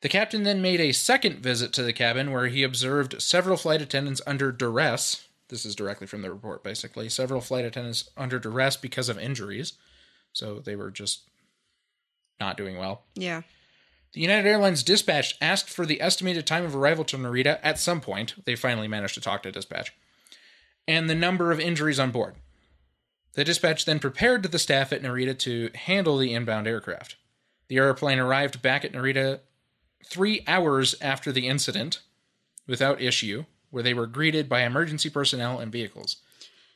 Speaker 2: The captain then made a second visit to the cabin where he observed several flight attendants under duress. This is directly from the report, basically. Several flight attendants under duress because of injuries. So they were just not doing well.
Speaker 3: Yeah.
Speaker 2: The United Airlines dispatch asked for the estimated time of arrival to Narita at some point. They finally managed to talk to dispatch. And the number of injuries on board. The dispatch then prepared the staff at Narita to handle the inbound aircraft. The airplane arrived back at Narita three hours after the incident without issue, where they were greeted by emergency personnel and vehicles.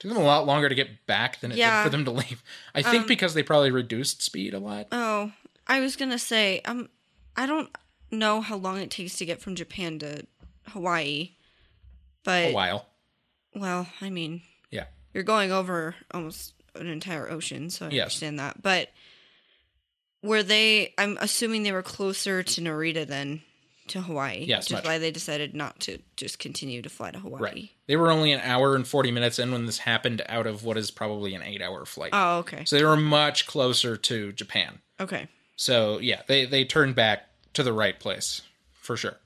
Speaker 2: Took them a lot longer to get back than it
Speaker 3: Yeah.
Speaker 2: did for them to leave. I think because they probably reduced speed a lot.
Speaker 3: Oh, I was gonna say, um, I don't know how long it takes to get from Japan to Hawaii, but
Speaker 2: a while.
Speaker 3: well, I mean,
Speaker 2: Yeah.
Speaker 3: you're going over almost an entire ocean, so I
Speaker 2: Yes.
Speaker 3: understand that. But were they? I'm assuming they were closer to Narita than to Hawaii.
Speaker 2: Yes,
Speaker 3: which
Speaker 2: much.
Speaker 3: is why they decided not to just continue to fly to Hawaii.
Speaker 2: Right. They were only an hour and 40 minutes in when this happened out of what is probably an eight hour flight.
Speaker 3: Oh, okay,
Speaker 2: So they were much closer to Japan.
Speaker 3: okay,
Speaker 2: So yeah, they, they turned back to the right place for sure.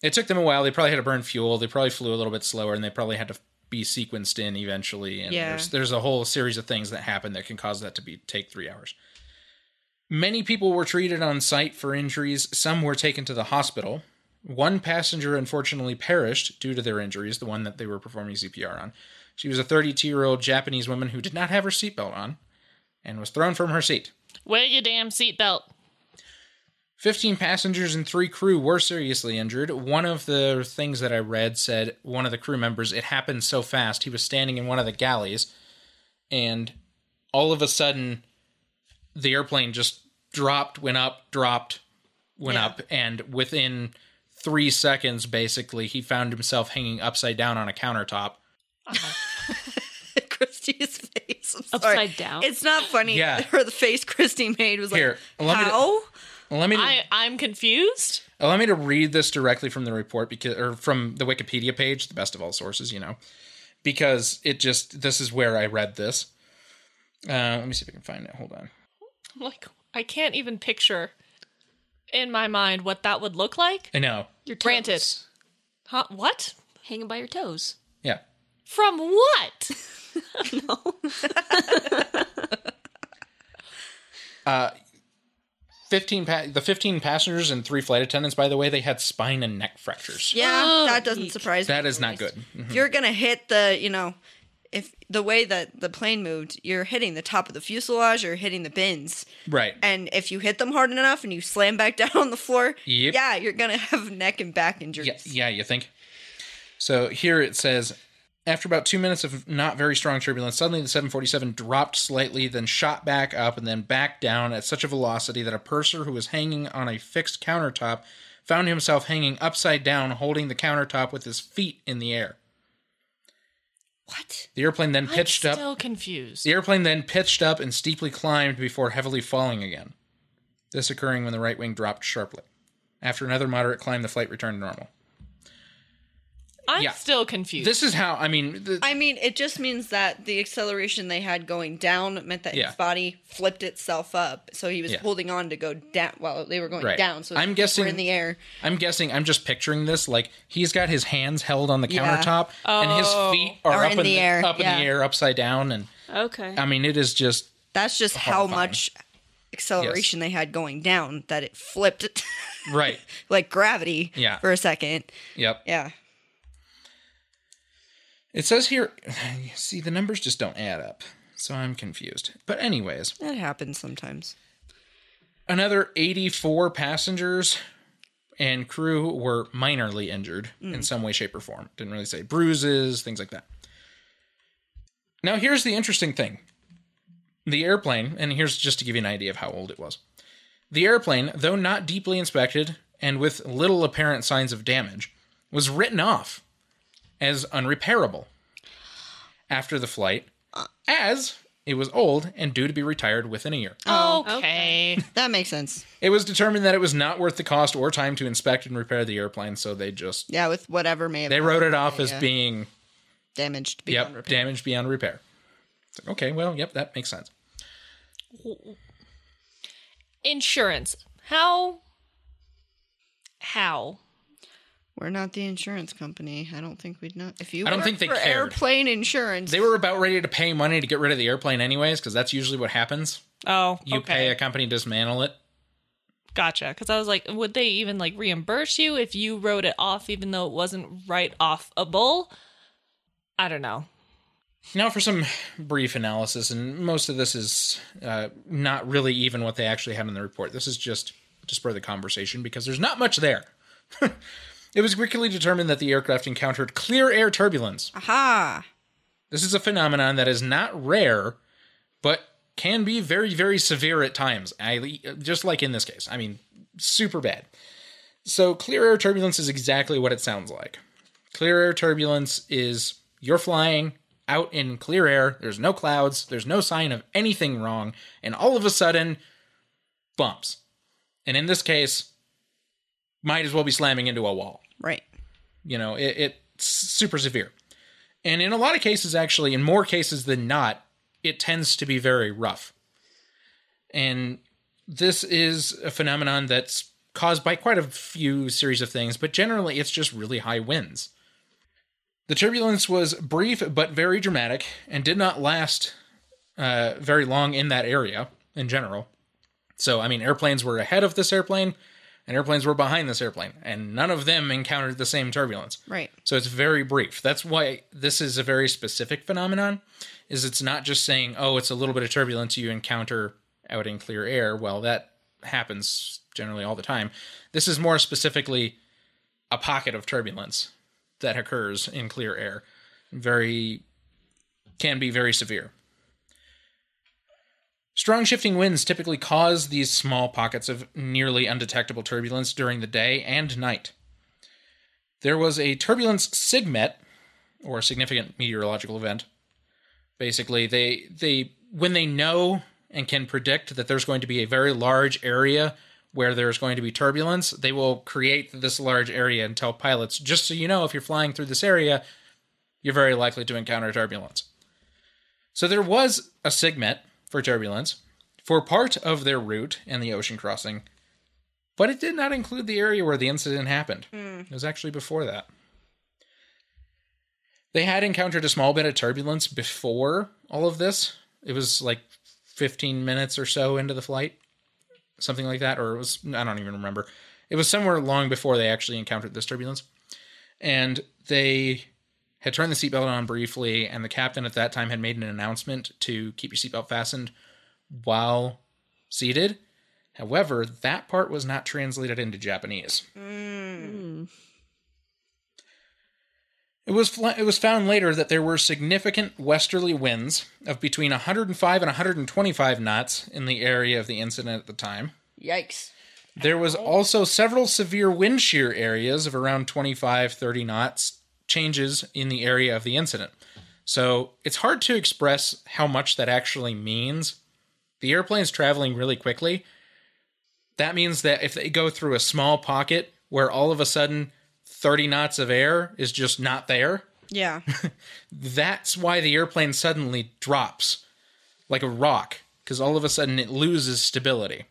Speaker 2: It took them a while. They probably had to burn fuel. They probably flew a little bit slower and they probably had to be sequenced in eventually. And
Speaker 3: Yeah.
Speaker 2: there's, there's a whole series of things that happen that can cause that to be take three hours. Many people were treated on site for injuries. Some were taken to the hospital. One passenger unfortunately perished due to their injuries, the one that they were performing CPR on. She was a 32 year old Japanese woman who did not have her seatbelt on and was thrown from her seat.
Speaker 1: Wear your damn seatbelt.
Speaker 2: 15 passengers and three crew were seriously injured. One of the things that I read said one of the crew members, it happened so fast. He was standing in one of the galleys, and all of a sudden, the airplane just dropped, went up, dropped, went up, and within three seconds, basically, he found himself hanging upside down on a countertop.
Speaker 3: Christy's face I'm sorry.
Speaker 1: Upside down.
Speaker 3: It's not funny.
Speaker 2: Yeah.
Speaker 3: her the face Christy made was
Speaker 2: Here,
Speaker 3: like
Speaker 2: let me-
Speaker 3: how.
Speaker 2: Let me
Speaker 1: I I'm confused.
Speaker 2: Allow me to read this directly from the report because, or from the Wikipedia page, the best of all sources, you know, because it just this is where I read this. Uh, let me see if I can find it. Hold on.
Speaker 1: I'm like I can't even picture in my mind what that would look like.
Speaker 2: I know.
Speaker 5: Your toes.
Speaker 1: Granted. Huh? What?
Speaker 5: Hanging by your toes.
Speaker 2: Yeah.
Speaker 1: From what?
Speaker 2: Uh, 15 pa- the 15 passengers and three flight attendants by the way they had spine and neck fractures
Speaker 3: Yeah,
Speaker 1: Oh,
Speaker 3: that doesn't surprise me.
Speaker 2: that is not good
Speaker 3: If you're gonna hit the, you know, if the way that the plane moved, you're hitting the top of the fuselage, you're hitting the bins,
Speaker 2: right
Speaker 3: and if you hit them hard enough and you slam back down on the floor,
Speaker 2: Yep.
Speaker 3: yeah, you're gonna have neck and back injuries.
Speaker 2: Yeah, yeah, you think? So here it says after about two minutes of not very strong turbulence, suddenly the 747 dropped slightly, then shot back up, and then back down at such a velocity that a purser who was hanging on a fixed countertop found himself hanging upside down, holding the countertop with his feet in the air.
Speaker 3: What?
Speaker 2: The airplane then pitched
Speaker 1: I'm
Speaker 2: up.
Speaker 1: still confused.
Speaker 2: The airplane then pitched up and steeply climbed before heavily falling again. This occurring when the right wing dropped sharply. After another moderate climb, the flight returned to normal.
Speaker 1: I'm
Speaker 2: yeah.
Speaker 1: still confused.
Speaker 2: This is how I mean. The,
Speaker 3: I mean, it just means that the acceleration they had going down meant that
Speaker 2: Yeah.
Speaker 3: his body flipped itself up, so he was
Speaker 2: Yeah.
Speaker 3: holding on to go down while they were going
Speaker 2: Right.
Speaker 3: down. So his
Speaker 2: I'm
Speaker 3: feet were
Speaker 2: guessing-
Speaker 3: in the air.
Speaker 2: I'm guessing. I'm just picturing this. Like he's got his hands held on the
Speaker 3: Yeah. Oh.
Speaker 2: countertop, and his feet are,
Speaker 3: Are
Speaker 2: up
Speaker 3: in the air,
Speaker 2: up
Speaker 3: yeah.
Speaker 2: in the air, upside down. And
Speaker 1: okay.
Speaker 2: I mean, it is just
Speaker 3: That's just how
Speaker 2: Horrifying.
Speaker 3: much acceleration they had going down that it flipped
Speaker 2: right.
Speaker 3: like gravity
Speaker 2: Yeah.
Speaker 3: for a second.
Speaker 2: Yep.
Speaker 3: Yeah.
Speaker 2: It says here. See, the numbers just don't add up, so I'm confused. But anyways,
Speaker 3: That happens sometimes.
Speaker 2: another 84 passengers and crew were minorly injured in some way shape or form didn't really say bruises things like that now here's the interesting thing the airplane and here's just to give you an idea of how old it was the airplane though not deeply inspected and with little apparent signs of damage was written off as unrepairable after the flight as it was old and due to be retired within a year
Speaker 1: Oh, okay.
Speaker 3: That makes sense.
Speaker 2: it was determined that it was not worth the cost or time to inspect and repair the airplane, so they just
Speaker 3: Yeah, with whatever may have
Speaker 2: they
Speaker 3: been
Speaker 2: wrote it off as being
Speaker 3: damaged beyond
Speaker 2: yep
Speaker 3: repair.
Speaker 2: damaged beyond repair. It's like, okay, well, yep, that makes sense.
Speaker 1: Insurance. How? How?
Speaker 3: We're not the insurance company. I don't think we'd know. If you
Speaker 2: I don't
Speaker 3: work
Speaker 2: think they
Speaker 3: for
Speaker 2: cared.
Speaker 3: airplane insurance,
Speaker 2: They were about ready to pay money to get rid of the airplane, anyways, because that's usually what happens.
Speaker 1: Oh,
Speaker 2: You
Speaker 1: okay.
Speaker 2: pay a company to dismantle it.
Speaker 1: Gotcha. Because I was like, would they even like reimburse you if you wrote it off, even though it wasn't right off a bull? I don't know.
Speaker 2: Now, for some brief analysis, and most of this is uh, not really even what they actually had in the report. This is just to spur the conversation because there's not much there. it was quickly determined that the aircraft encountered clear air turbulence.
Speaker 3: aha.
Speaker 2: This is a phenomenon that is not rare, but can be very, very severe at times. I just like in this case. I mean, super bad. So clear air turbulence is exactly what it sounds like. Clear air turbulence is you're flying out in clear air. There's no clouds. There's no sign of anything wrong, and all of a sudden, bumps. And in this case, might as well be slamming into a wall
Speaker 3: Right.
Speaker 2: you know it, it's super severe and in a lot of cases actually in more cases than not it tends to be very rough and this is a phenomenon that's caused by quite a few series of things but generally it's just really high winds the turbulence was brief but very dramatic and did not last uh, very long in that area in general so i mean airplanes were ahead of this airplane and airplanes were behind this airplane and none of them encountered the same turbulence
Speaker 3: Right.
Speaker 2: so it's very brief. That's why this is a very specific phenomenon is it's not just saying, "Oh, it's a little bit of turbulence you encounter out in clear air." Well, that happens generally all the time. This is more specifically a pocket of turbulence that occurs in clear air. Very can be very severe. Strong shifting winds typically cause these small pockets of nearly undetectable turbulence during the day and night there was a turbulence sigmet or significant meteorological event basically they they when they know and can predict that there's going to be a very large area where there's going to be turbulence they will create this large area and tell pilots just so you know if you're flying through this area you're very likely to encounter turbulence so there was a sigmet for turbulence for part of their route and the ocean crossing but it did not include the area where the incident happened. It was actually before that. They had encountered a small bit of turbulence before all of this. It was like 15 minutes or so into the flight. something like that, or it was I don't even remember. It was somewhere long before they actually encountered this turbulence, and they had turned the seatbelt on briefly, and the captain at that time had made an announcement to keep your seatbelt fastened while seated. However, that part was not translated into Japanese. It was fl- it was found later that there were significant westerly winds of between 105 and 125 knots in the area of the incident at the time.
Speaker 3: Yikes.
Speaker 2: There was also several severe wind shear areas of around 25 30 knots changes in the area of the incident. So, it's hard to express how much that actually means. The airplane's traveling really quickly. That means that if they go through a small pocket where all of a sudden 30 knots of air is just not there,
Speaker 3: Yeah.
Speaker 2: that's why the airplane suddenly drops like a rock because all of a sudden it loses stability.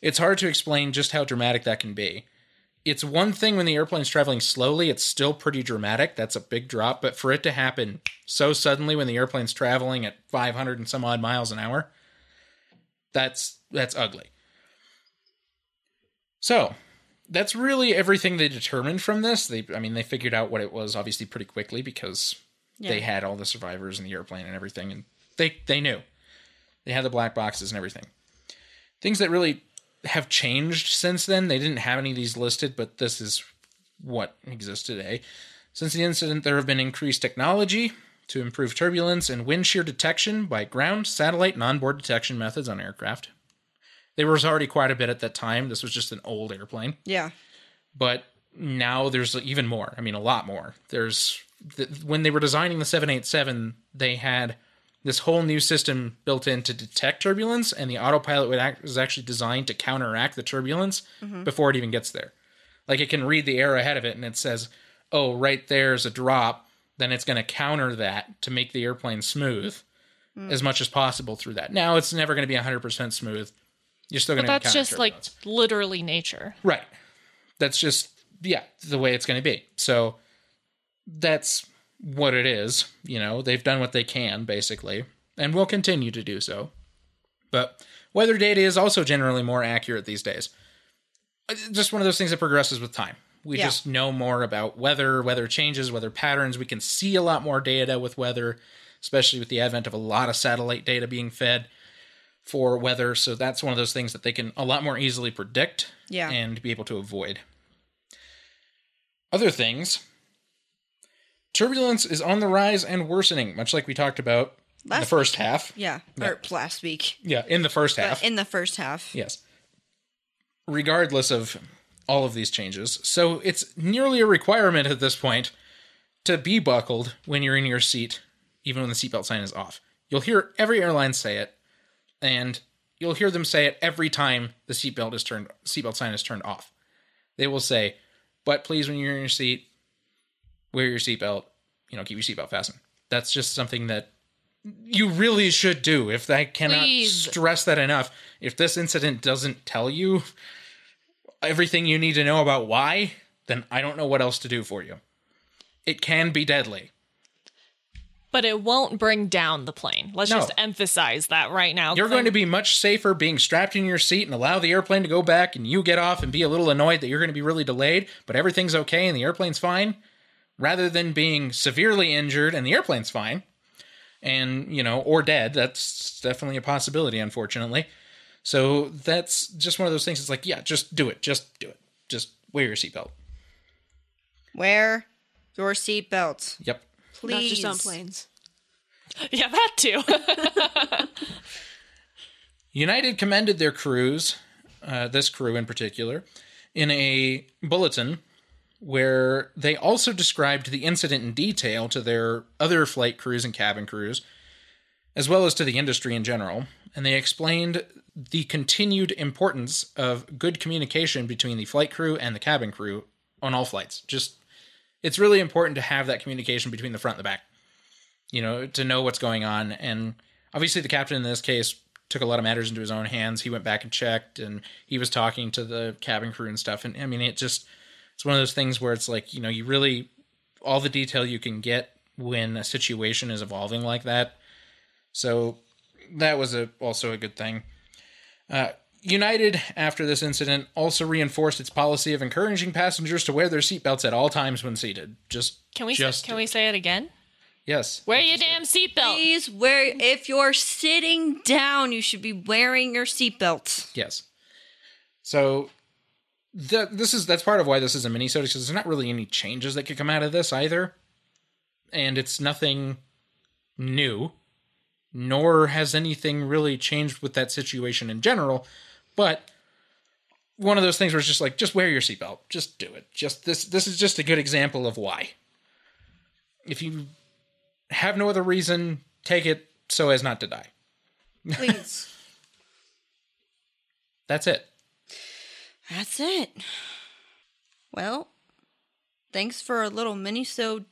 Speaker 2: It's hard to explain just how dramatic that can be. It's one thing when the airplane's traveling slowly, it's still pretty dramatic. That's a big drop, but for it to happen so suddenly when the airplane's traveling at 500 and some odd miles an hour, that's that's ugly. So, that's really everything they determined from this. They, I mean, they figured out what it was obviously pretty quickly because they had all the survivors in the airplane and everything, and they they knew they had the black boxes and everything. Things that really have changed since then. They didn't have any of these listed, but this is what exists today. Since the incident, there have been increased technology to improve turbulence and wind shear detection by ground, satellite, and onboard detection methods on aircraft. There was already quite a bit at that time. This was just an old airplane
Speaker 3: Yeah.
Speaker 2: but now there's even more. I mean, a lot more. There's th- when they were designing the 787, they had this whole new system built in to detect turbulence, and the autopilot would act, was actually designed to counteract the turbulence
Speaker 1: Mm-hmm.
Speaker 2: before it even gets there. Like it can read the air ahead of it, and it says, "Oh, right there's a drop." Then it's going to counter that to make the airplane smooth
Speaker 1: Mm.
Speaker 2: as much as possible through that. Now it's never going to be 100% smooth. You're still going
Speaker 1: But
Speaker 2: to.
Speaker 1: that's just like literally nature.
Speaker 2: Right. That's just yeah, the way it's going to be. So that's what it is, you know. They've done what they can basically and will continue to do so. But weather data is also generally more accurate these days. It's Just one of those things that progresses with time. We
Speaker 3: Yeah.
Speaker 2: just know more about weather, weather changes, weather patterns. We can see a lot more data with weather, especially with the advent of a lot of satellite data being fed for weather. So that's one of those things that they can a lot more easily predict
Speaker 3: Yeah.
Speaker 2: and be able to avoid. Other things turbulence is on the rise and worsening, much like we talked about in the
Speaker 3: Last
Speaker 2: first half.
Speaker 3: Yeah. Or last week.
Speaker 2: Yeah, in the first half.
Speaker 3: But in the first half.
Speaker 2: Yes. Regardless of all of these changes, so it's nearly a requirement at this point to be buckled when you're in your seat, even when the seatbelt sign is off. You'll hear every airline say it, and you'll hear them say it every time the seatbelt is turned seatbelt sign is turned off. They will say, "But please, when you're in your seat, wear your seatbelt. You know, keep your seatbelt fastened." That's just something that you really should do. If I cannot
Speaker 1: Please.
Speaker 2: stress that enough, if this incident doesn't tell you everything you need to know about why, then I don't know what else to do for you. It can be deadly.
Speaker 1: But it won't bring down the plane. Let's
Speaker 2: No.
Speaker 1: just emphasize that right now.
Speaker 2: You're going to be much safer being strapped in your seat and allow the airplane to go back and you get off and be a little annoyed that you're going to be really delayed, but everything's okay and the airplane's fine, rather than being severely injured and the airplane's fine and, you know, or dead. That's definitely a possibility, unfortunately. So that's just one of those things. It's like, yeah, just do it. Just do it. Just wear your seatbelt.
Speaker 3: Wear your seatbelt.
Speaker 2: Yep.
Speaker 3: Please.
Speaker 5: Not just on planes.
Speaker 1: Yeah, that too.
Speaker 2: United commended their crews, uh, this crew in particular, in a bulletin where they also described the incident in detail to their other flight crews and cabin crews, as well as to the industry in general. And they explained the continued importance of good communication between the flight crew and the cabin crew on all flights. Just, it's really important to have that communication between the front and the back you know, to know what's going on. And obviously, the captain in this case took a lot of matters into his own hands. He went back and checked, and he was talking to the cabin crew and stuff. And I mean, it just it's one of those things where it's like you know, you really all the detail you can get when a situation is evolving like that. So that was a also a good thing. Uh, United, after this incident, also reinforced its policy of encouraging passengers to wear their seatbelts at all times when seated. Just
Speaker 1: Can we
Speaker 2: Just
Speaker 1: can we say it again?
Speaker 2: yes,
Speaker 1: Wear your damn seatbelt.
Speaker 3: Please wear if you're sitting down, you should be wearing your seatbelt.
Speaker 2: yes. So the, this is that's part of why this is a mini because there's not really any changes that could come out of this either, and it's nothing new, nor has anything really changed with that situation in general. But one of those things where it's just like, just wear your seatbelt, just do it. Just this this is just a good example of why. If you have no other reason, take it so as not to die.
Speaker 3: Please.
Speaker 2: That's it.
Speaker 3: That's it. Well, thanks for a little mini so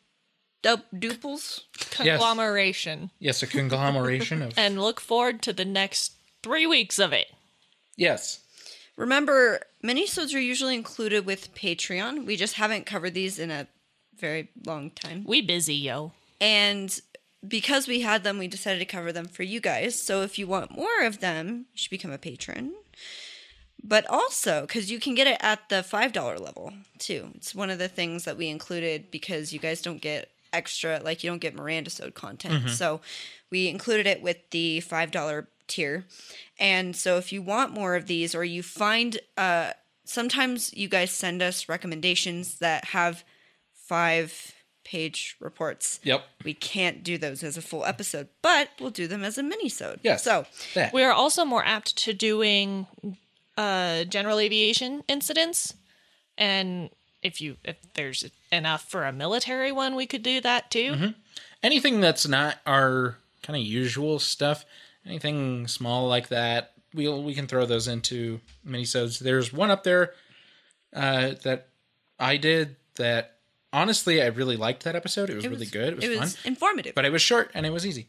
Speaker 3: duples.
Speaker 1: Conglomeration.
Speaker 2: Yes, a conglomeration of
Speaker 1: And look forward to the next three weeks of it.
Speaker 2: yes.
Speaker 3: Remember, minisodes are usually included with Patreon. We just haven't covered these in a very long time.
Speaker 1: We busy, yo.
Speaker 3: And because we had them, we decided to cover them for you guys. So if you want more of them, you should become a patron. But also, because you can get it at the $5 level too. It's one of the things that we included because you guys don't get extra, like you don't get Miranda Sode content. So we included it with the $5 tier. And so if you want more of these or you find, uh, sometimes you guys send us recommendations that have five page reports.
Speaker 2: Yep.
Speaker 3: We can't do those as a full episode, but we'll do them as a mini-sode.
Speaker 2: Yes.
Speaker 3: So
Speaker 2: That.
Speaker 1: We are also more apt to doing uh, general aviation incidents, and if you if there's enough for a military one, we could do that too.
Speaker 2: anything that's not our kind of usual stuff, anything small like that, we'll we can throw those into minisodes. There's one up there uh, that I did that honestly I really liked that episode. It was, really good. It was, fun.
Speaker 3: informative.
Speaker 2: but it was short and it was easy.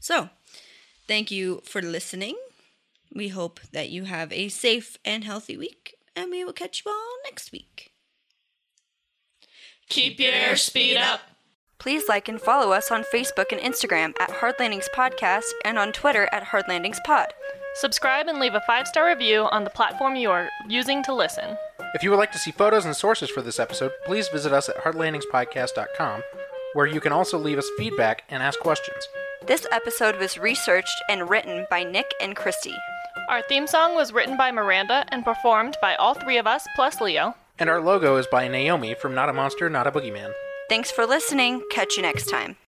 Speaker 3: so thank you for listening. We hope that you have a safe and healthy week, and we will catch you all next week.
Speaker 1: Keep your airspeed up.
Speaker 3: Please like and follow us on Facebook and Instagram at Hard Landings Podcast and on Twitter at Hard Landings Pod.
Speaker 1: Subscribe and leave a five star review on the platform you are using to listen.
Speaker 2: If you would like to see photos and sources for this episode, please visit us at heartlandingspodcast.com, where you can also leave us feedback and ask questions.
Speaker 3: This episode was researched and written by Nick and Christy.
Speaker 1: Our theme song was written by Miranda and performed by all three of us plus Leo.
Speaker 2: And our logo is by Naomi from Not a Monster, Not a Boogeyman.
Speaker 3: Thanks for listening. Catch you next time.